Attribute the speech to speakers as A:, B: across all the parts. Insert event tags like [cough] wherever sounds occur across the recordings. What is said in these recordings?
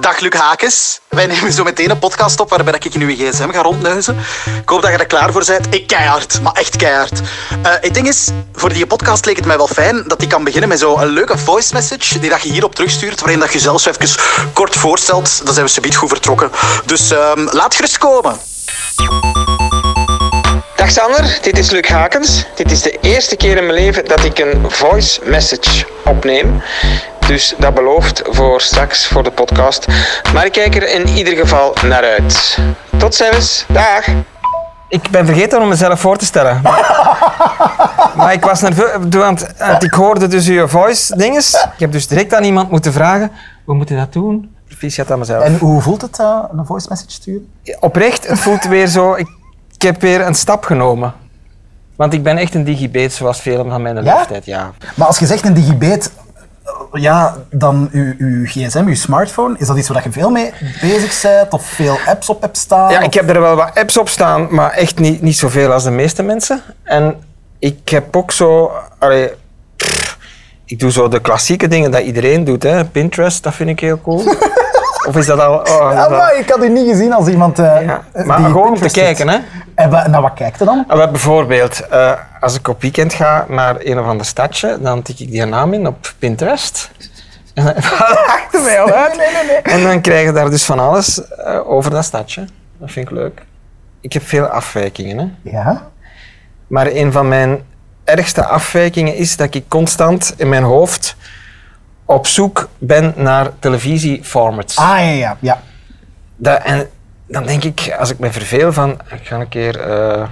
A: Dag Luc Hakes. Wij nemen zo meteen een podcast op waarbij ik in uw gsm ga rondneuzen. Ik hoop dat je er klaar voor bent. Ik keihard, maar echt keihard. Eh, het ding is, voor die podcast leek het mij wel fijn dat ik kan beginnen met zo'n leuke voice message die dat je hierop terugstuurt, waarin dat je zelfs even kort voorstelt. Dan zijn we subiet goed vertrokken. Dus ehm, laat gerust komen.
B: Dag Sander, dit is Luc Hakens. Dit is de eerste keer in mijn leven dat ik een voice message opneem. Dus dat belooft voor straks voor de podcast. Maar ik kijk er in ieder geval naar uit. Tot zelfs, dag.
C: Ik ben vergeten om mezelf voor te stellen. maar ik was nerveus, want, want ik hoorde dus uw voice dinges. Ik heb dus direct aan iemand moeten vragen, hoe moet je dat doen? Proficiat aan mezelf.
D: En hoe voelt het eh, een voice message sturen?
C: Oprecht, het voelt weer zo, ik, ik heb weer een stap genomen. Want ik ben echt een digibeet, zoals velen van mijn
D: Ja?
C: leeftijd. Ja.
D: Maar als je zegt een digibate, eh, ja, dan uw, uw gsm, uw smartphone, is dat iets waar je veel mee bezig bent of veel apps op hebt staan?
C: Ja, ik heb er wel wat apps op staan, maar echt niet, niet zoveel als de meeste mensen. En ik heb ook zo. Allee, pff, ik doe zo de klassieke dingen dat iedereen doet. Hè. Pinterest, dat vind ik heel cool. [laughs] of is dat al. oh, is dat al-
D: Ah, maar ik had u niet gezien als iemand eh,
C: Ja,
D: eh,
C: maar
D: die
C: gewoon om te
D: Pinterest
C: kijken,
D: heeft.
C: hè?
D: En wa- naar wat kijkt je dan?
C: Ah, wel, bijvoorbeeld, eh, als ik op weekend ga naar een of ander stadje, dan tik ik die naam in op Pinterest. En [laughs] dan lacht er mij al uit. En dan krijg je daar dus van alles eh, over dat stadje. Dat vind ik leuk. Ik heb veel afwijkingen, hè?
D: Ja.
C: Maar een van mijn ergste afwijkingen is dat ik constant in mijn hoofd op zoek ben naar televisieformats.
D: Ah, ja, ja, ja.
C: Dat- en dan denk ik, als ik me verveel van, ik ga een keer eh,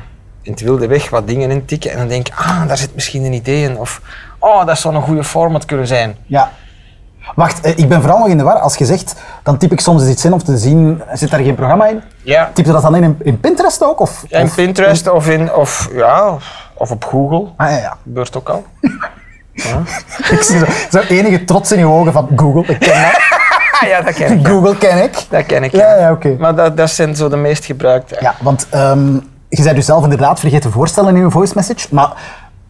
C: in het wilde weg wat dingen intikken en dan denk ik, ah, daar zit misschien een idee in. Of, oh, dat zou een goede format kunnen zijn.
D: ja. Wacht, eh, ik ben vooral nog in de war. Als je zegt, dan typ ik soms eens iets in om te zien, zit daar geen programma in?
C: Ja.
D: Typ je dat dan in, in, in Pinterest ook? Of,
C: In
D: of-
C: Pinterest of, in, of, ja, of op Google,
D: Ah, ja, ja. [laughs]
C: gebeurt ook al.
D: Ik zie zo, zo enige trots in je ogen van Google. Ik ken dat.
C: Ah ja, dat ken ik.
D: Google ken ik.
C: [laughs] Dat ken ik.
D: Ja, ja, oké.
C: Maar dat, dat zijn zo de meest gebruikte.
D: Ja, want ehm, je zei dus zelf inderdaad vergeten voorstellen in je voice message, maar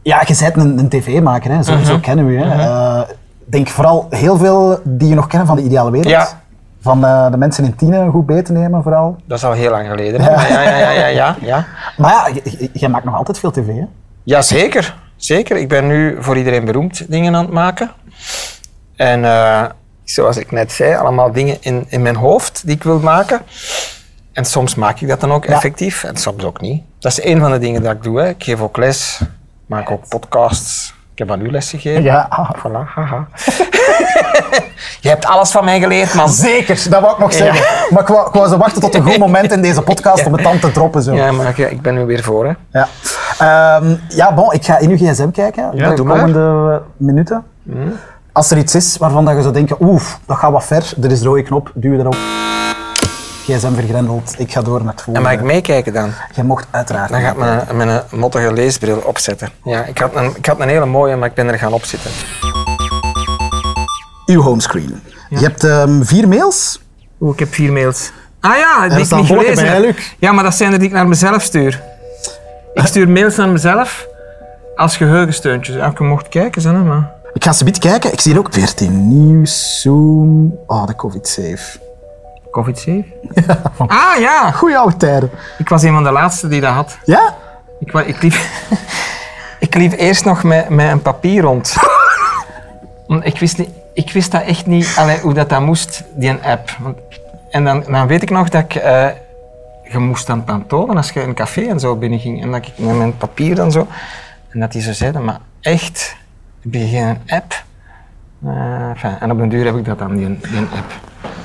D: ja, je bent een, een tv-maker, hè. Zo,
C: Mhm.
D: zo kennen we je. hè. Eh, denk vooral heel veel die je nog kennen van de ideale wereld.
C: Ja.
D: Van eh, de mensen in tienen goed beter nemen vooral.
C: Dat is al heel lang geleden. hè? Maar Ja, ja, ja, ja, ja, ja.
D: Maar ja, j- j- jij maakt nog altijd veel tv, hè?
C: ja zeker. zeker. Ik ben nu voor iedereen beroemd dingen aan het maken. En eh, zoals ik net zei, allemaal dingen in, in mijn hoofd die ik wil maken. En soms maak ik dat dan ook effectief en soms ook niet. Dat is een van de dingen dat ik doe. Hè. Ik geef ook les, maak ook podcasts. Ik heb aan u les gegeven.
D: Ja, ah,
C: Voilà, haha. [laughs] Je hebt alles van mij geleerd, man.
D: zeker, dat wou ik nog zeggen. Maar ik wou, ik wou zo wachten tot een goed moment in deze podcast om het dan te droppen. Zo.
C: Ja, maar ik- ik ben nu weer voor, hè.
D: Ja. Ehm, ja, bon, ik ga in uw gsm kijken
C: Ja,
D: de
C: doe maar. Hmm.
D: komende eh, minuten. Als er iets is waarvan dat je zou denken, oef, dat gaat wat ver, er is rode knop, duw erop. Gsm vergrendeld, ik ga door naar het
C: En
D: volgende.
C: mag ik meekijken dan?
D: Jij mocht uiteraard.
C: Dan ga ik mijn, mijn mottige leesbril opzetten. Ja, ik had, een, ik had een hele mooie, maar ik ben er gaan opzitten.
D: Uw homescreen. Je hebt ehm, vier mails.
C: Oeh, ik heb vier mails. Ah ja, die
D: er
C: ik
D: staan
C: niet
D: volken
C: gelezen
D: bij,
C: heb.
D: hè, Luc?
C: Ja, maar dat zijn er die ik naar mezelf stuur.
D: [laughs]
C: Ik stuur mails naar mezelf als geheugensteuntjes. Ja, je mocht kijken, zijn maar.
D: Ik ga ze kijken. Ik zie hier ook 14 nieuws, Zoom. Oh, de COVID-safe.
C: Covid safe. Ah ja,
D: Goeie oude tijden.
C: ik was een van de laatste die dat had.
D: Ja?
C: Ik, wa- ik, liep, [laughs] ik liep eerst nog met, met een papier rond. [laughs] Want ik, wist niet, ik wist dat echt niet allee, hoe dat, dat moest, die een app. Want- En dan, dan weet ik nog dat ik... eh, je moest dan dan tonen als je een café en zo binnenging. En dat ik met mijn papier dan zo... En dat die zo zeiden, maar echt, heb je geen app? Eh, enfin, en op den duur heb ik dat dan, die, die app.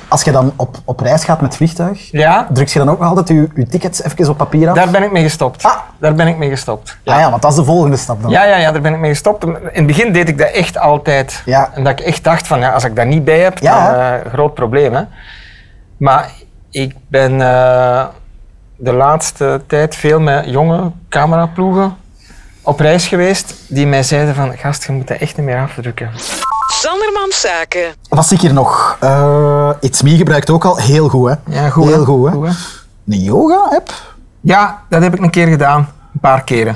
D: Als je dan op, op reis gaat met vliegtuig,
C: Ja,
D: druk je dan ook nog altijd je, je tickets even op papier af?
C: daar ben ik mee gestopt.
D: Ah.
C: Daar ben ik mee gestopt.
D: Ah ja, want dat is de volgende stap dan.
C: Ja, ja, ja, daar ben ik mee gestopt. In het begin deed ik dat echt altijd.
D: Ja.
C: En dat ik echt dacht van, ja, als ik daar niet bij heb,
D: Ja,
C: dan eh groot probleem. Hè? Maar ik ben eh, de laatste tijd veel met jonge cameraploegen op reis geweest die mij zeiden van, gast, je moet dat echt niet meer afdrukken.
E: Sandermans Zaken.
D: Wat zie ik hier nog? Eh It's Me gebruikt ook al heel goed, hè?
C: Ja, goed, hè?
D: Heel goed, hè?
C: Goed, hè?
D: Een yoga-app?
C: Ja, dat heb ik een keer gedaan. Een
D: [laughs]
C: paar keren.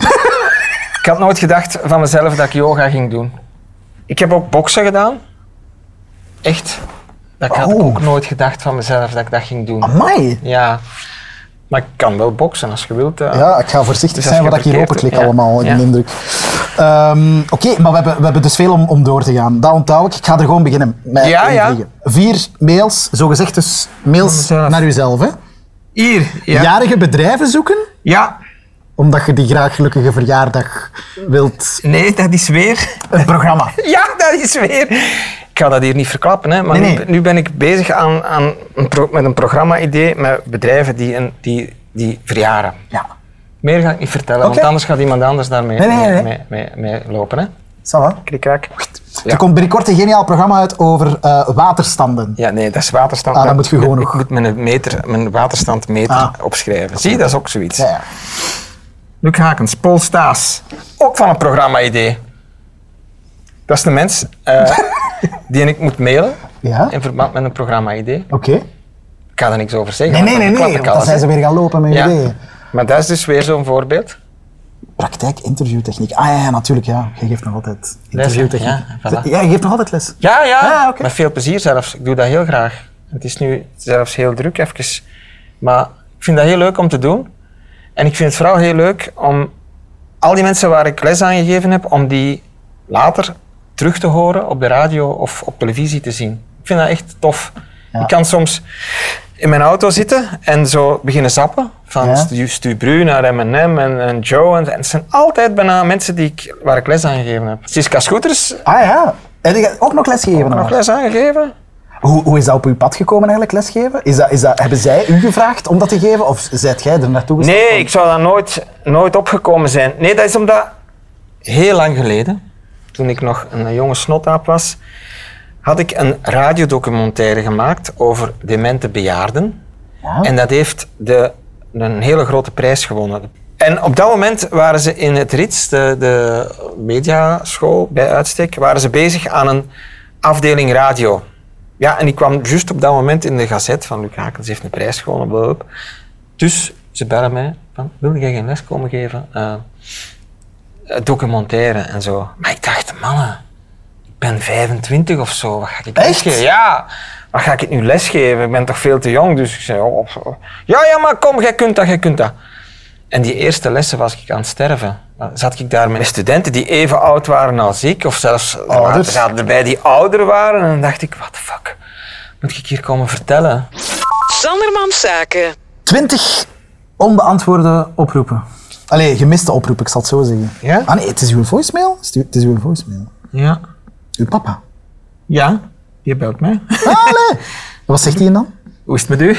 C: ik had nooit gedacht van mezelf dat ik yoga ging doen. Ik heb ook boksen gedaan. Echt. Dat had ik
D: Oh.
C: ook nooit gedacht van mezelf dat ik dat ging doen.
D: Amai!
C: Ja. Maar ik kan wel boksen als je wilt. eh.
D: Ja, ik ga voorzichtig
C: Dus als
D: zijn
C: je
D: wat ik hier
C: verkeerd-
D: openklik
C: ja.
D: allemaal, in
C: Ja.
D: de indruk. Ehm, Oké, maar we hebben, we hebben dus veel om, om door te gaan. Dat onthoud ik. Ik ga er gewoon beginnen met
C: Ja, ja.
D: invliegen. Vier mails, zogezegd dus mails
C: Van mezelf.
D: naar uzelf. Hè?
C: Hier. Ja. ja.
D: Jarige bedrijven zoeken, omdat je die graag gelukkige verjaardag wilt.
C: Nee, dat is weer. [laughs]
D: Een programma.
C: Ja, dat is weer. Ik ga dat hier niet verklappen, hè, maar
D: Nee,
C: nu-
D: nee.
C: Nu, ben ik bezig aan, aan een pro- met een programma-idee met bedrijven die, een, die, die verjaren.
D: Ja,
C: Meer ga ik niet vertellen, want
D: Oké.
C: anders gaat iemand anders daarmee
D: Nee, nee, nee, nee.
C: Mee, mee, mee lopen. Hè.
D: ça va.
C: Krikraak. Ja.
D: Er komt binnenkort een geniaal programma uit over eh, waterstanden.
C: ja, nee, dat is waterstand.
D: Ah, dan moet je gewoon
C: ik
D: nog-
C: moet mijn, meter, mijn waterstand meter
D: Ah.
C: opschrijven. Zie, dat is ook zoiets.
D: Ja, ja.
C: Luc Hakens, Paul Staes. Ook van een programma-idee. Dat is de mens eh,
D: [laughs]
C: die ik moet mailen
D: Ja?
C: in verband met een programma-idee.
D: Oké.
C: Ik ga er niks over zeggen.
D: Nee, nee,
C: want
D: nee,
C: dan
D: nee.
C: klap ik
D: want Dan
C: alles,
D: zijn
C: hè.
D: ze weer gaan lopen met
C: Ja.
D: ideeën.
C: Maar dat is dus weer zo'n voorbeeld.
D: Praktijk, interviewtechniek. Ah ja, ja, natuurlijk, ja. Je geeft nog altijd interviewtechniek.
C: ja, voilà.
D: ja, je geeft nog altijd les.
C: Ja, ja.
D: Ah, oké.
C: Met veel plezier zelfs. Ik doe dat heel graag. Het is nu zelfs heel druk even. Maar ik vind dat heel leuk om te doen. En ik vind het vooral heel leuk om al die mensen waar ik les aan gegeven heb, om die later terug te horen op de radio of op televisie te zien. Ik vind dat echt tof.
D: Ja.
C: Ik kan soms in mijn auto zitten en zo beginnen zappen. Van
D: Ja.
C: Stu, Stu Bru naar M&M en, en Joe. En, en het zijn altijd bijna mensen die ik, waar ik les aan gegeven heb. Siska Scooters,
D: Ah ja. Heb je ook nog lesgegeven?
C: nog
D: dan?
C: les aangegeven.
D: Hoe, hoe is dat op uw pad gekomen eigenlijk, lesgeven? Is dat, is dat, hebben zij u gevraagd om dat te geven of zijt jij er naartoe gestapt?
C: Nee, ik zou daar nooit, nooit opgekomen zijn. Nee, dat is omdat heel lang geleden, toen ik nog een jonge snotaap was, had ik een radiodocumentaire gemaakt over demente bejaarden.
D: Ja.
C: En dat heeft de, een hele grote prijs gewonnen. En op dat moment waren ze in het RITS, de, de mediaschool bij uitstek, waren ze bezig aan een afdeling radio. Ja, en ik kwam juist op dat moment in de gazet van Luc Hakens heeft een prijs gewonnen. blah, blah, blah. Dus ze bellen mij van, wil jij geen les komen geven? Eh, eh, documentaire en zo. Maar ik dacht, mannen, ik ben 25 of zo, wat ga ik
D: Echt?
C: lesgeven? Ja, wat ga ik het nu lesgeven? Ik ben toch veel te jong, dus ik zei, oh, oh. ja, ja, maar kom, jij kunt dat, jij kunt dat. En die eerste lessen was ik aan het sterven. Dan zat ik daar met studenten die even oud waren als ik, of zelfs er waren-
D: Ouders.
C: er zaten erbij die ouder waren. En dan dacht ik, what the fuck, moet ik hier komen vertellen?
E: Sandermans Zaken.
D: 20 onbeantwoorde oproepen. Allee, gemiste oproepen, ik zal het zo zeggen.
C: Ja?
D: Ah nee, het is uw voicemail? Het is uw- Het is uw voicemail.
C: Ja.
D: Uw papa.
C: Ja, je belt mij.
D: Allee! Wat zegt hij dan?
C: Hoe is het met u?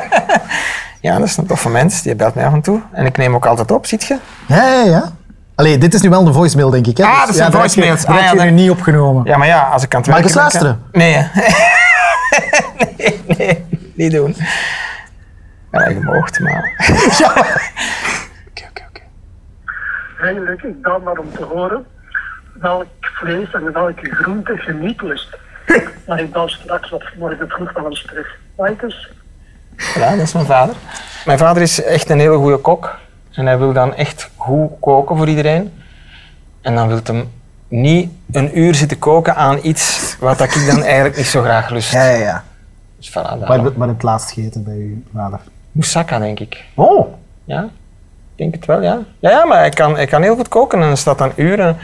C: [laughs] ja, dat is een toffe mens. Die belt mij af en toe. En ik neem ook altijd op, ziet je?
D: Ja, ja, ja. Allee, dit is nu wel een voicemail, denk ik. Hè? Dus
C: Ah, dat zijn
D: daar heb je-
C: voicemails.
D: daar
C: Ah,
D: heb je
C: ja,
D: nu
C: dat-
D: niet opgenomen.
C: Ja, maar ja, als ik aan het
D: Mag ik
C: werken
D: eens
C: ben, kan- [laughs] Nee, hè. nee, nee, niet doen. Ja, je moogt, maar... [laughs] Oké, oké, oké.
F: eigenlijk ik bel maar om te horen welk vlees en welke groente je niet lust. Maar ik bel straks of morgen vroeg wel eens terug. dus. Likers.
C: Voilà, dat is mijn vader. Mijn vader is echt een hele goede kok. En hij wil dan echt goed koken voor iedereen. En dan wil hem niet een uur zitten koken aan iets wat dat ik dan eigenlijk niet zo graag lust.
D: Ja, ja, ja.
C: Dus voilà, daarom.
D: Wat wat het laatst gegeten bij uw vader?
C: Moussaka, denk ik.
D: Oh!
C: Ja, ik denk het wel, ja. Ja, ja maar hij kan, hij kan heel goed koken en hij staat dan uren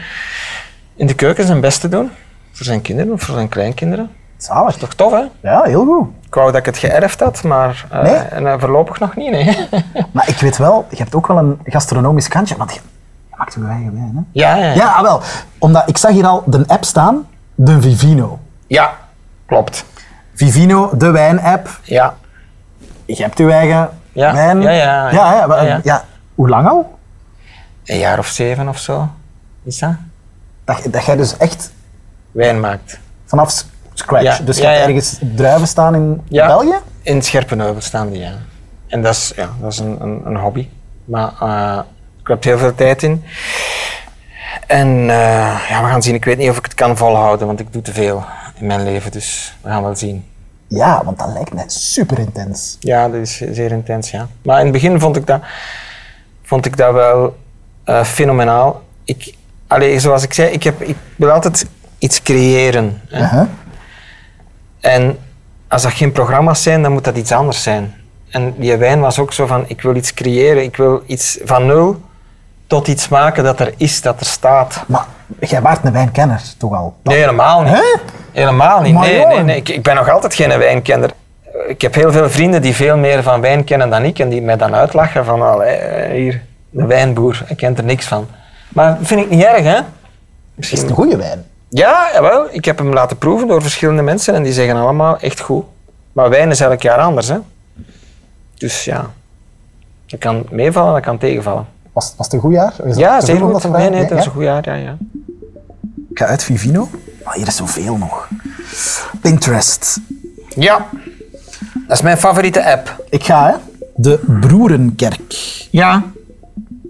C: in de keuken zijn best te doen. Voor zijn kinderen of voor zijn kleinkinderen.
D: Zalig toch?
C: Toch tof, hè?
D: Ja, heel goed.
C: Ik wou dat ik het geërfd had, maar eh,
D: Nee?
C: en, eh, voorlopig nog niet, nee. [laughs]
D: Maar ik weet wel, je hebt ook wel een gastronomisch kantje, want je, je maakt uw eigen wijn, hè?
C: ja, ja, ja.
D: Ja, ah, wel. Omdat ik zag hier al de app staan, de Vivino.
C: Ja, klopt.
D: Vivino, de wijn-app.
C: Ja.
D: Je hebt uw eigen
C: Ja,
D: wijn.
C: ja, ja, ja.
D: ja, ja, maar-
C: Ja, ja.
D: ja. Hoe lang al?
C: Een jaar of zeven of zo is dat.
D: Dat, dat jij dus echt
C: Wijn maakt.
D: vanaf s- scratch.
C: Ja,
D: Dus je
C: ja,
D: hebt
C: ja.
D: ergens druiven staan in
C: Ja.
D: België?
C: In Scherpenheuvel staan die, ja. En dat is, ja, dat is een, een, een hobby. Maar eh ik heb heel veel tijd in. En eh, ja, we gaan zien. Ik weet niet of ik het kan volhouden, want ik doe te veel in mijn leven. Dus we gaan wel zien.
D: Ja, want dat lijkt mij super intens.
C: Ja, dat is zeer intens, ja. Maar in het begin vond ik dat, vond ik dat wel eh, fenomenaal. Ik,
D: Uh-huh.
C: allee, zoals ik zei, ik, heb, ik wil altijd iets creëren. hè.
D: Aha.
C: Eh, En als dat geen programma's zijn, dan moet dat iets anders zijn. En die wijn was ook zo van, ik wil iets creëren, ik wil iets van nul tot iets maken dat er is, dat er staat.
D: Maar jij waart een wijnkenner, toch al? Dat-
C: Nee, helemaal niet.
D: Hè?
C: Helemaal niet.
D: Maar
C: Nee,
D: jongen.
C: nee, nee. Ik, ik ben nog altijd geen wijnkender. Ik heb heel veel vrienden die veel meer van wijn kennen dan ik en die mij dan uitlachen van, allee, eh, hier, de wijnboer, hij kent er niks van. Maar vind ik niet erg, hè?
D: Is het een goede wijn?
C: Ja, jawel. Ik heb hem laten proeven door verschillende mensen en die zeggen allemaal echt goed. Maar wijn is elk jaar anders, hè. Dus ja, dat kan meevallen, dat kan tegenvallen.
D: Was, was het een goed jaar? Is dat
C: Ja,
D: te
C: zeker
D: vroeg om
C: goed.
D: te
C: Nee,
D: vragen?
C: nee, dat is
D: ja?
C: een goed jaar, ja, ja.
D: Ik ga uit Vivino. Maar hier is zoveel nog. Pinterest.
C: Ja. Dat is mijn favoriete app.
D: Ik ga, hè. De Broerenkerk.
C: Ja,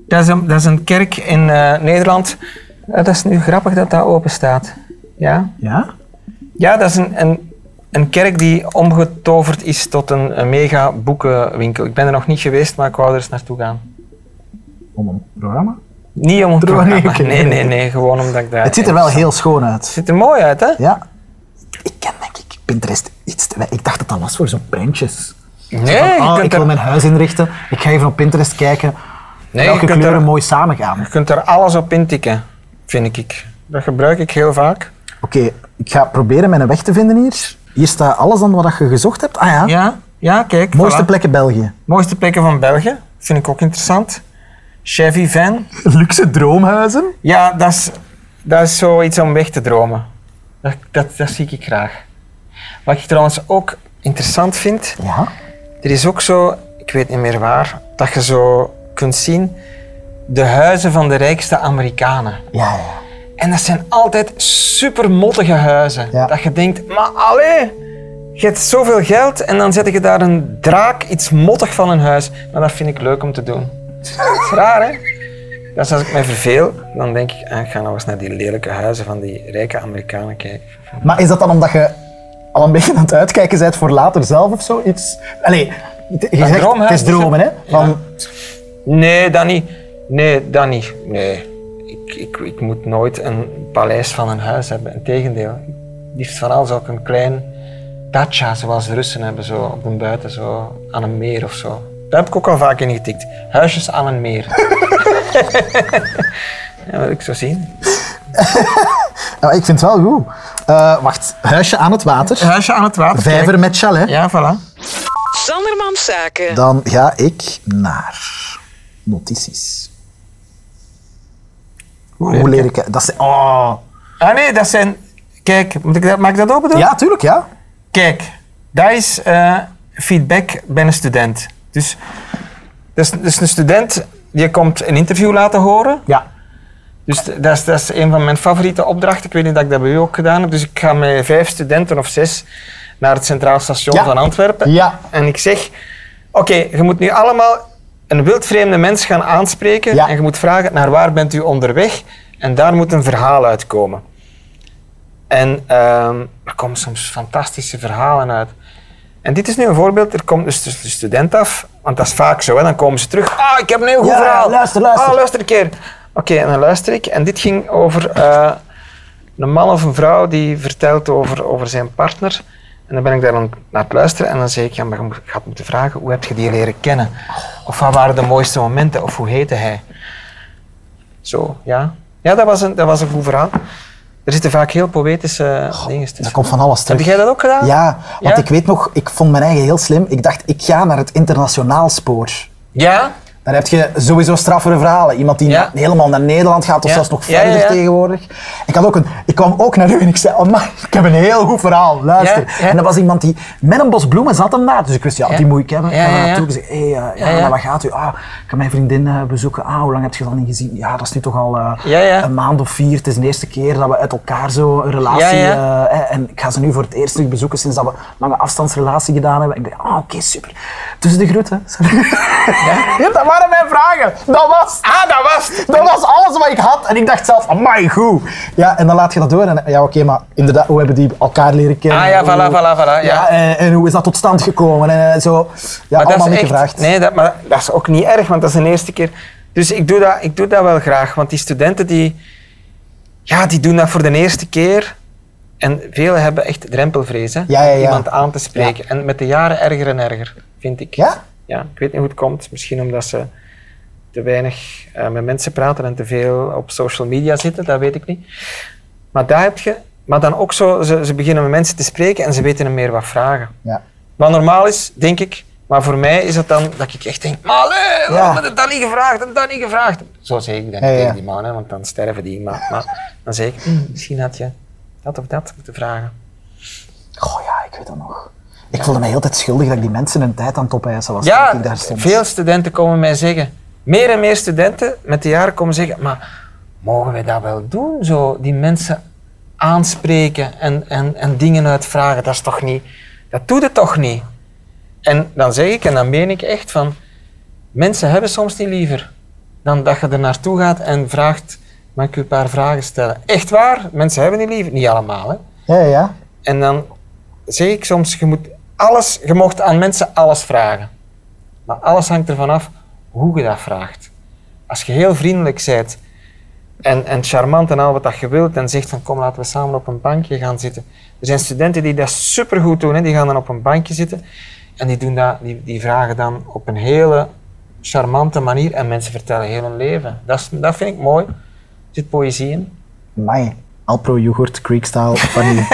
C: dat is een, dat is een kerk in eh, Nederland. Eh, dat is nu grappig dat dat open staat. Ja,
D: Ja?
C: ja dat is een, een, een kerk die omgetoverd is tot een, een mega boekenwinkel. Ik ben er nog niet geweest, maar ik wou er eens naartoe gaan.
D: Om een programma.
C: Niet om het
D: Door- nee,
C: programma.
D: oké.
C: Nee, nee, nee, gewoon omdat ik daar...
D: Het ziet er wel heel schoon uit.
C: Het ziet er mooi uit, hè?
D: Ja. Ik ken denk ik Pinterest iets te wei- Ik dacht dat dat was voor zo'n prentjes.
C: Nee, je
D: Ah, ik
C: kunt,
D: wil
C: er,
D: mijn huis inrichten. Ik ga even op Pinterest kijken
C: nee, je
D: welke
C: kunt,
D: kleuren
C: er,
D: mooi samengaan.
C: je kunt er alles op intikken, vind ik. Dat gebruik ik heel vaak.
D: Oké, ik ga proberen mijn weg te vinden hier. Hier staat alles aan wat je gezocht hebt. Ah ja,
C: Ja, ja kijk.
D: mooiste
C: voilà.
D: plekken België.
C: Mooiste plekken van België, vind ik ook interessant. Chevy Van.
D: Luxe droomhuizen.
C: Ja, dat is, dat is zoiets om weg te dromen. Dat, dat, dat zie ik graag. Wat ik trouwens ook interessant vind,
D: Ja.
C: er is ook zo, ik weet niet meer waar, dat je zo kunt zien de huizen van de rijkste Amerikanen.
D: Ja, ja.
C: En dat zijn altijd supermottige huizen.
D: Ja.
C: Dat je denkt, maar allee, je hebt zoveel geld en dan zet je daar een draak, iets mottig van een huis. Maar dat vind ik leuk om te doen. Dat is raar, hè? Dus als ik mij verveel, dan denk ik, ah, ik ga nou eens naar die lelijke huizen van die rijke Amerikanen kijken.
D: Maar is dat dan omdat je al een beetje aan het uitkijken bent voor later zelf of zo? Iets... Allee, je zegt, het is
C: droomhuis,
D: dromen, hè? Van,
C: Nee, dat niet. Nee, dat niet. Nee. Ik, ik, ik moet nooit een paleis van een huis hebben. Integendeel. Liefst van alles ook een klein dacha, zoals de Russen hebben, zo op een buiten, zo aan een meer of zo. Daar heb ik ook al vaak in getikt. Huisjes aan een meer. [laughs] ja, wil ik zo zien.
D: ja, ik vind het wel goed. Eh, wacht, huisje aan het water.
C: Huisje aan het water.
D: Vijver met chalet.
C: Ja, voilà.
E: Sandermans Zaken.
D: Dan ga ik naar notities. Hoe leer ik... Dat zijn- oh.
C: Ah nee, dat zijn... Kijk, moet ik dat, mag ik dat open doen?
D: Ja, tuurlijk, ja.
C: Kijk, dat is eh, feedback bij een student. Dus, dus, dus een student die komt een interview laten horen.
D: Ja.
C: Dus t- dat is, dat is een van mijn favoriete opdrachten. Ik weet niet dat ik dat bij u ook gedaan heb. Dus ik ga met vijf studenten of zes naar het Centraal Station
D: Ja.
C: van Antwerpen.
D: Ja.
C: En ik zeg, oké, je moet nu allemaal een wildvreemde mens gaan aanspreken.
D: Ja.
C: En je moet vragen, naar waar bent u onderweg? En daar moet een verhaal uitkomen. En ehm, er komen soms fantastische verhalen uit. En dit is nu een voorbeeld. Er komt dus de student af, want dat is vaak zo. Hè. Dan komen ze terug. Ah, ik heb een heel goed
D: Ja,
C: verhaal.
D: luister, luister.
C: Ah, luister een keer. Oké, en dan luister ik. En dit ging over eh, een man of een vrouw die vertelt over, over zijn partner. En dan ben ik daar dan naar het luisteren en dan zeg ik, ja, maar je moet- gaat moeten vragen, hoe heb je die leren kennen? Of wat waren de mooiste momenten? Of hoe heette hij? Zo, ja. Ja, dat was een, dat was een goed verhaal. Er zitten vaak heel poëtische dingen
D: Dat
C: tussen.
D: komt van alles
C: Heb
D: terug.
C: jij dat ook gedaan?
D: Ja, want
C: Ja?
D: ik weet nog, ik vond mijn eigen heel slim. Ik dacht, ik ga naar het internationaal spoor.
C: Ja?
D: Dan heb je sowieso straffere verhalen. Iemand die
C: Ja.
D: na- helemaal naar Nederland gaat of
C: Ja.
D: zelfs nog
C: Ja, ja,
D: verder
C: ja.
D: tegenwoordig. Ik, had ook een, ik kwam ook naar u en ik zei, oh ik heb een heel goed verhaal, luister.
C: Ja, ja.
D: En dat was iemand die met een bos bloemen zat hem daar. Dus ik wist, ja,
C: Ja.
D: die moet ik hebben. Ik
C: Ja,
D: ga
C: ja,
D: daar
C: ja.
D: naartoe. Ik zei, hey, eh, ja,
C: Ja, ja.
D: maar waar gaat u? Ah, ik ga mijn vriendin eh, bezoeken. Ah, hoe lang heb je dat niet gezien? Ja, dat is nu toch al eh,
C: Ja, ja.
D: een maand of vier. Het is de eerste keer dat we uit elkaar zo een relatie...
C: Ja, ja.
D: eh, eh, hè, en ik ga ze nu voor het eerst terug bezoeken sinds dat we een lange afstandsrelatie gedaan hebben. Ik dacht, ah, oké, super. Tussen de groeten. [laughs] Ja, dat waren mijn vragen. Dat was,
C: Ah, dat was het.
D: dat was alles wat ik had. En ik dacht zelf, amai, goed. Ja, en dan laat je dat door. En, ja, oké, maar inderdaad, hoe hebben die elkaar leren kennen?
C: Ah ja,
D: Hoe-
C: voilà, voilà, voilà. Ja.
D: Ja, en, en hoe is dat tot stand gekomen? En eh, zo. Ja,
C: Maar
D: allemaal
C: dat
D: niet
C: is echt-
D: gevraagd.
C: Nee, dat, maar dat is ook niet erg, want dat is de eerste keer. Dus ik doe dat, ik doe dat wel graag, want die studenten die, ja, die doen dat voor de eerste keer. En velen hebben echt drempelvrees, hè?
D: Ja, ja,
C: om
D: ja.
C: iemand aan te spreken. En met de jaren erger en erger, vind ik.
D: Ja?
C: Ja, ik weet niet hoe het komt. Misschien omdat ze te weinig eh, met mensen praten en te veel op social media zitten, dat weet ik niet. Maar daar heb je... Maar dan ook zo, ze, ze beginnen met mensen te spreken en ze weten hem meer wat vragen.
D: Ja.
C: Wat normaal is, denk ik. Maar voor mij is dat dan dat ik echt denk, maar allee, waarom
D: Ja.
C: heb je dat niet gevraagd, heb je dat niet gevraagd? Zo zeg ik dan
D: Ja,
C: niet tegen
D: ja.
C: die man, hè, want dan sterven die. Maar, maar dan zeg ik, "Hm, misschien had je dat of dat moeten vragen.
D: Goh ja, ik weet dat nog. Ik voelde me heel tijd schuldig dat ik die mensen hun tijd aan het opeisen was.
C: Ja,
D: dat ik daar stond.
C: veel studenten komen mij zeggen, meer en meer studenten met de jaren komen zeggen, maar mogen wij dat wel doen, zo die mensen aanspreken en, en, en dingen uitvragen, dat is toch niet, dat doet het toch niet. En dan zeg ik, en dan meen ik echt van, mensen hebben soms niet liever dan dat je er naartoe gaat en vraagt, mag ik u een paar vragen stellen? Echt waar, mensen hebben niet liever, niet allemaal hè.
D: Ja, ja, ja.
C: En dan zeg ik soms, je, moet alles, je mocht aan mensen alles vragen. Maar alles hangt ervan af hoe je dat vraagt. Als je heel vriendelijk bent en, en charmant en al wat dat je wilt en zegt van kom laten we samen op een bankje gaan zitten. Er zijn studenten die dat supergoed doen, hè. die gaan dan op een bankje zitten en die, doen dat, die, die vragen dan op een hele charmante manier en mensen vertellen heel hun leven. Dat, is, dat vind ik mooi. Er zit poëzie in.
D: Mai. Alpro yoghurt,
C: [laughs]
D: Creekstyle, vanille.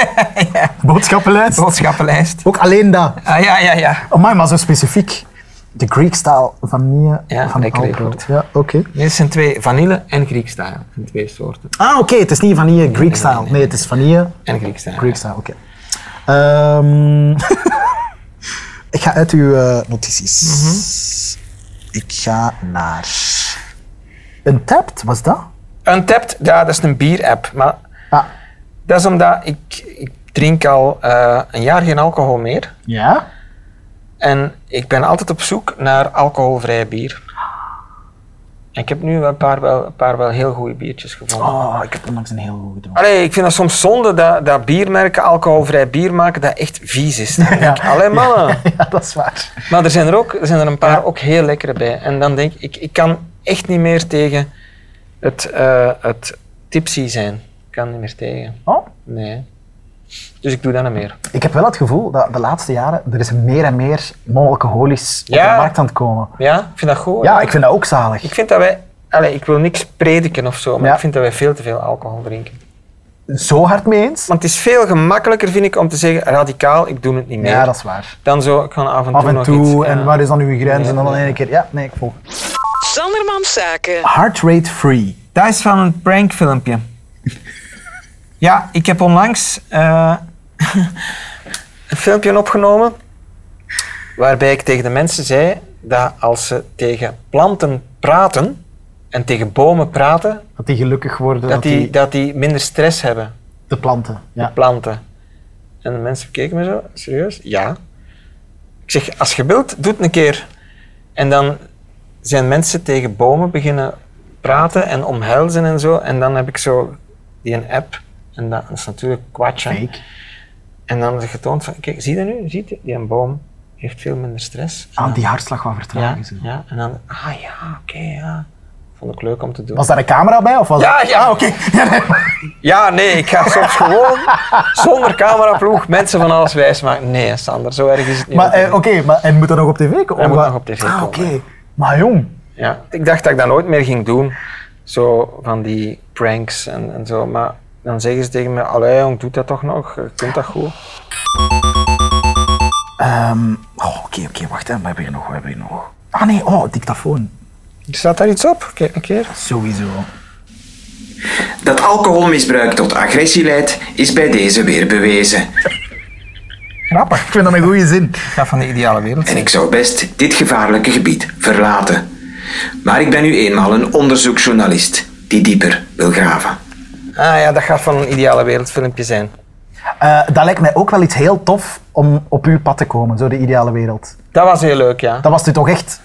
D: Boodschappenlijst.
C: Boodschappenlijst.
D: Ook alleen dat.
C: Ah ja, ja, ja.
D: Amai, maar zo specifiek. De Greek-style vanille
C: Ja,
D: van
C: lekker
D: Alpro.
C: yoghurt.
D: Ja, oké.
C: Dit zijn twee, vanille en Griekstijl. Dat zijn twee soorten.
D: Ah, oké, het is niet vanille Greek-style. Nee, het is vanille
C: En Griekstijl.
D: Greek-style, oké. Ehm, [laughs] ik ga uit uw eh, notities.
C: Mhm.
D: Ik ga naar... Een tapt, was dat?
C: Untapped, ja, dat is een bier-app. Maar
D: Ah,
C: dat is omdat ik, ik drink al eh, een jaar geen alcohol meer.
D: ja?
C: En ik ben altijd op zoek naar alcoholvrij bier. En ik heb nu een paar wel, een paar wel heel goede biertjes gevonden.
D: Oh, ik heb onlangs een heel goed gedronken.
C: Allee, ik vind dat soms zonde dat, dat biermerken alcoholvrij bier maken, dat echt vies is. [laughs] Dan denk ik, Allee mannen.
D: [laughs] Ja, dat is waar.
C: Maar er zijn er ook er zijn er een paar ook heel lekkere bij. En dan denk ik, ik, ik kan echt niet meer tegen het, eh, het tipsy zijn. Ik kan niet meer tegen.
D: Oh?
C: Nee. Dus ik doe dat niet meer.
D: Ik heb wel het gevoel dat de laatste jaren er is meer en meer non-alcoholisch op
C: Ja.
D: de markt aan het komen.
C: Ja, ik vind dat goed.
D: Ja, ik vind dat ook zalig.
C: Ik vind dat wij... Allee, ik wil niks prediken of zo, maar
D: Ja.
C: ik vind dat wij veel te veel alcohol drinken.
D: Zo hard mee eens?
C: Want het is veel gemakkelijker, vind ik, om te zeggen, radicaal, ik doe het niet meer.
D: Ja, dat is waar.
C: Dan zo, ik ga af en toe
D: Af en
C: nog
D: toe,
C: iets, eh,
D: en
C: ja.
D: waar is dan uw grens?
C: Nee,
D: en dan
C: nee.
D: in één keer, ja, nee, ik volg.
E: Sandermans Zaken.
D: Heart rate free.
C: Dat is van een prankfilmpje. ja, ik heb onlangs eh, [laughs] een filmpje opgenomen waarbij ik tegen de mensen zei dat als ze tegen planten praten en tegen bomen praten,
D: Dat die gelukkig worden,
C: dat, die, dat die minder stress hebben,
D: de planten. Ja.
C: planten. En de mensen bekeken me zo, serieus? Ja. Ik zeg, als je wilt, doe het een keer. En dan zijn mensen tegen bomen beginnen praten en omhelzen en zo. En dan heb ik zo die een app. En dat is natuurlijk kwatsch. hè.
D: Fake.
C: En dan is het getoond van, kijk, zie je dat nu? Ziet je? Die een boom heeft veel minder stress.
D: Aan Ah, die hartslag wat
C: ja,
D: vertragen. zo.
C: ja, en dan, ah ja, oké, ja. Vond ik leuk om te doen.
D: Was daar een camera bij? Of was
C: Ja, ja, oké.
D: [laughs]
C: Ja, nee, ik ga soms [laughs] gewoon zonder cameraploeg mensen van alles wijs maken. Nee, Sander, zo erg is het niet.
D: Maar, eh, oké, maar, en moet dat nog op tv komen?
C: Hij moet
D: Of-
C: nog op tv
D: ah,
C: komen.
D: oké. Maar jong,
C: ja, ik dacht dat ik dat nooit meer ging doen. Zo van die pranks en, en zo. Maar dan zeggen ze tegen me, allee jong, doe dat toch nog? Je kunt dat goed?
D: Ehm, oh, oké, oké, wacht, hè. we hebben hier nog, we hebben hier nog. Ah nee, oh, dictafoon.
C: Staat daar iets op? Kijk, een keer.
D: Sowieso.
B: Dat alcoholmisbruik tot agressie leidt, is bij deze weer bewezen.
D: Grappig. Ik vind dat een goede zin.
C: Ja, van de ideale wereld.
B: En ik zou best dit gevaarlijke gebied verlaten. Maar ik ben nu eenmaal een onderzoeksjournalist die dieper wil graven.
C: Ah ja, dat gaat van een ideale wereld filmpje zijn.
D: Eh, dat lijkt mij ook wel iets heel tof om op uw pad te komen, zo de ideale wereld.
C: Dat was heel leuk, ja.
D: Dat was nu toch echt,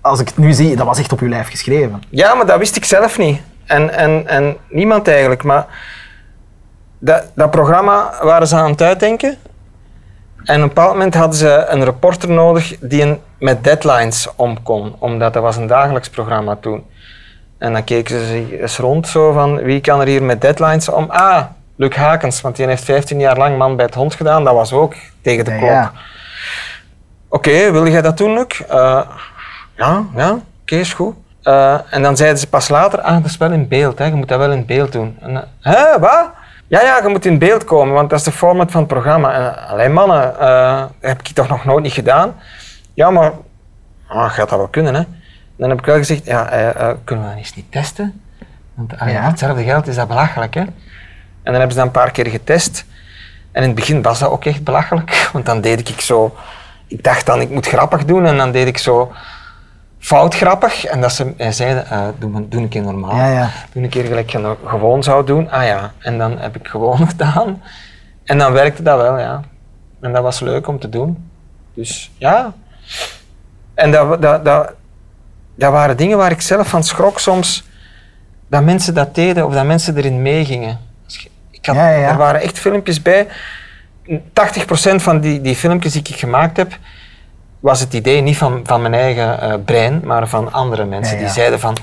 D: als ik het nu zie, dat was echt op uw lijf geschreven.
C: Ja, maar dat wist ik zelf niet. En, en, en niemand eigenlijk. Maar dat, dat programma waren ze aan het uitdenken. En op een bepaald moment hadden ze een reporter nodig die een, met deadlines om kon. Omdat dat was een dagelijks programma toen. En dan keken ze zich eens rond zo van wie kan er hier met deadlines om? Ah, Luc Hakens, want die heeft 15 jaar lang man bij het hond gedaan. Dat was ook tegen de klok.
D: ja.
C: Oké, wil jij dat doen, Luc? Eh, ja, ja, oké, is goed. Eh, en dan zeiden ze pas later, ah, dat is wel in beeld, hè. je moet dat wel in beeld doen. En, eh, Hè, wat? Ja, ja, je moet in beeld komen, want dat is de format van het programma. En, alleen mannen, eh, dat heb ik toch nog nooit niet gedaan. Ja, maar ah, gaat dat wel kunnen, hè? En dan heb ik wel gezegd, ja, eh, eh, kunnen we dat eens niet testen? Want alleen voor hetzelfde geld is dat belachelijk, hè? En dan hebben ze dat een paar keer getest. En in het begin was dat ook echt belachelijk, want dan deed ik zo... Ik dacht dan, ik moet grappig doen, en dan deed ik zo fout grappig. En dat ze en zeiden, eh, doe, maar- doe een keer normaal.
D: Ja, ja.
C: Doe een keer gelijk je gewoon zou doen. Ah ja, en dan heb ik gewoon [laughs] gedaan. En dan werkte dat wel, ja. En dat was leuk om te doen. Dus ja. En dat, dat, dat, dat waren dingen waar ik zelf van schrok soms. Dat mensen dat deden of dat mensen erin meegingen. Als je- Ik had,
D: Ja, ja, ja.
C: Er waren echt filmpjes bij. 80% van die, die filmpjes die ik gemaakt heb, was het idee niet van, van mijn eigen eh, brein, maar van andere mensen.
D: Ja, ja.
C: Die zeiden van,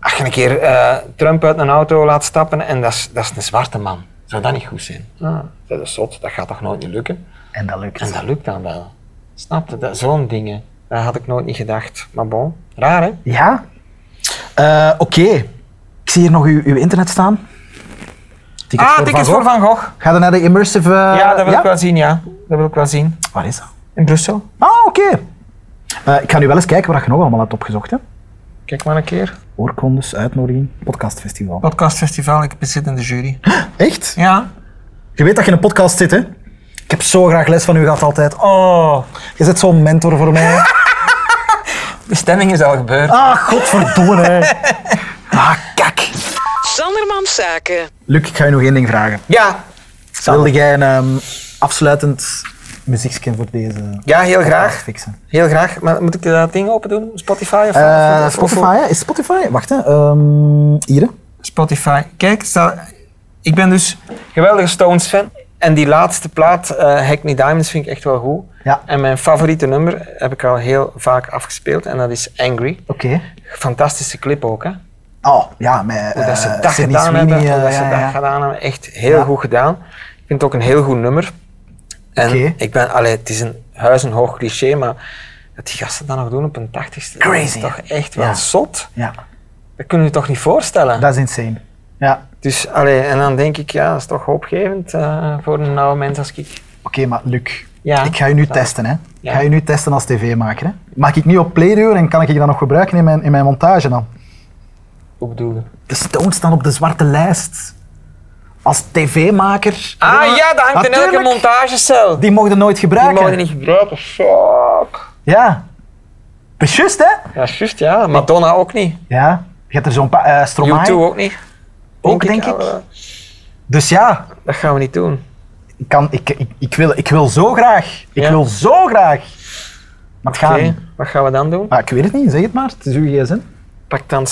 C: als je een keer eh, Trump uit een auto laat stappen en dat is, dat is een zwarte man. Zou dat niet goed zijn? Ah, dat is zot, dat gaat toch nooit niet lukken?
D: En dat lukt.
C: En dat lukt dan wel. Snap je? Dat- Zo'n dingen. Dat had ik nooit niet gedacht. Maar bon, raar hè?
D: Ja. Eh, Oké. Ik zie hier nog uw, uw internet staan. Tickets
C: ah,
D: voor
C: tickets
D: Van
C: voor
D: Gogh.
C: Van Gogh.
D: Ga dan naar de immersive... eh,
C: ja, dat wil ik wel zien, ja. Dat wil ik wel zien.
D: Waar is dat?
C: In Brussel.
D: Ah, oké. Eh, ik ga nu wel eens kijken wat je nog allemaal hebt opgezocht. Hè.
C: Kijk maar een keer.
D: Oorkondes, uitnodiging, podcastfestival.
C: Oh. Podcastfestival, ik bezit in de jury.
D: Echt?
C: Ja.
D: Je weet dat je in een podcast zit, hè? Ik heb zo graag les van u gehad altijd. Oh,
C: Oh,
D: je bent zo'n mentor voor mij.
C: de stemming is al gebeurd.
D: [laughs] Ah, godverdomme. hè. [laughs] Ah, kak.
E: Sandermans Zaken.
D: Luc, ik ga je nog één ding vragen.
C: Ja.
D: Wilde jij een ehm, afsluitend muziekje voor deze
C: Ja, heel graag.
D: fixen?
C: Heel graag. Maar moet ik eh, dat ding open doen? Spotify of,
D: Eh,
C: of- of- of-
D: Spotify, hè? is Spotify? Wacht, hè. Ehm hier. hè.
C: Spotify. Kijk, sta- ik ben dus geweldige Stones fan. En die laatste plaat, eh Hackney Diamonds, vind ik echt wel goed.
D: Ja.
C: En mijn favoriete nummer heb ik al heel vaak afgespeeld. En dat is Angry.
D: Oké.
C: Fantastische clip ook, hè?
D: Oh, ja, met
C: Hoe dat ze
D: eh,
C: dat
D: Sydney
C: gedaan
D: Sweeney,
C: hebben.
D: eh,
C: Hoe dat ze
D: ja,
C: dat
D: ja.
C: gedaan hebben. Echt heel
D: Ja.
C: goed gedaan. Ik vind het ook een heel goed nummer. En
D: Oké.
C: ik ben, allee, het is een huizenhoog cliché, maar dat die gasten dat nog doen op hun tachtigste. Dat is
D: Crazy,
C: toch echt wel
D: Ja.
C: zot?
D: Ja,
C: Dat kunnen we toch niet voorstellen?
D: dat is insane. Ja.
C: Dus, allee, en dan denk ik, ja, dat is toch hoopgevend eh, voor een oude mens als ik.
D: Oké, maar Luc,
C: Ja.
D: ik ga je nu testen. Hè.
C: Ja.
D: Ik ga je nu testen als tv-maker. Hè. Mag ik nu op play duwen en kan ik dat nog gebruiken in mijn, in mijn montage dan?
C: Hoe bedoel je?
D: De Stones staan op de zwarte lijst. Als tv-maker.
C: Ah ja, dat hangt in elke
D: Natuurlijk.
C: montagecel.
D: Die mochten nooit
C: Die
D: gebruiken.
C: mogen niet gebruiken. Fuck.
D: Ja. Dat is juist, hè?
C: Ja, juist, ja. Madonna ook niet.
D: Ja. Je hebt er zo'n paar... eh Stromae.
C: U2 ook niet.
D: Ook, denk ik.
C: eh,
D: Dus ja,
C: Dat gaan we niet doen.
D: ik, kan, ik, ik, ik, wil, ik wil zo graag. Ik
C: Ja.
D: wil zo graag. Maar het gaat
C: Oké,
D: niet.
C: wat gaan we dan doen?
D: Ah, ik weet het niet, zeg het maar. Het is uw gsm.
C: Pak dan,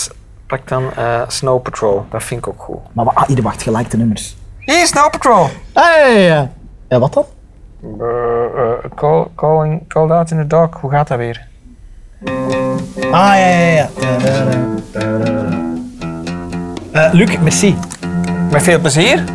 C: pak dan eh, Snow Patrol, dat vind ik ook goed.
D: Maar wa- ah, hier, wacht, gelijk de nummers.
C: Hier, Snow Patrol!
D: Hey, ja. En wat dan?
C: Eh, call, calling, called out in the dark, hoe gaat dat weer?
D: Ah, ja, ja, ja. Eh, Luc, merci.
C: Met veel plezier.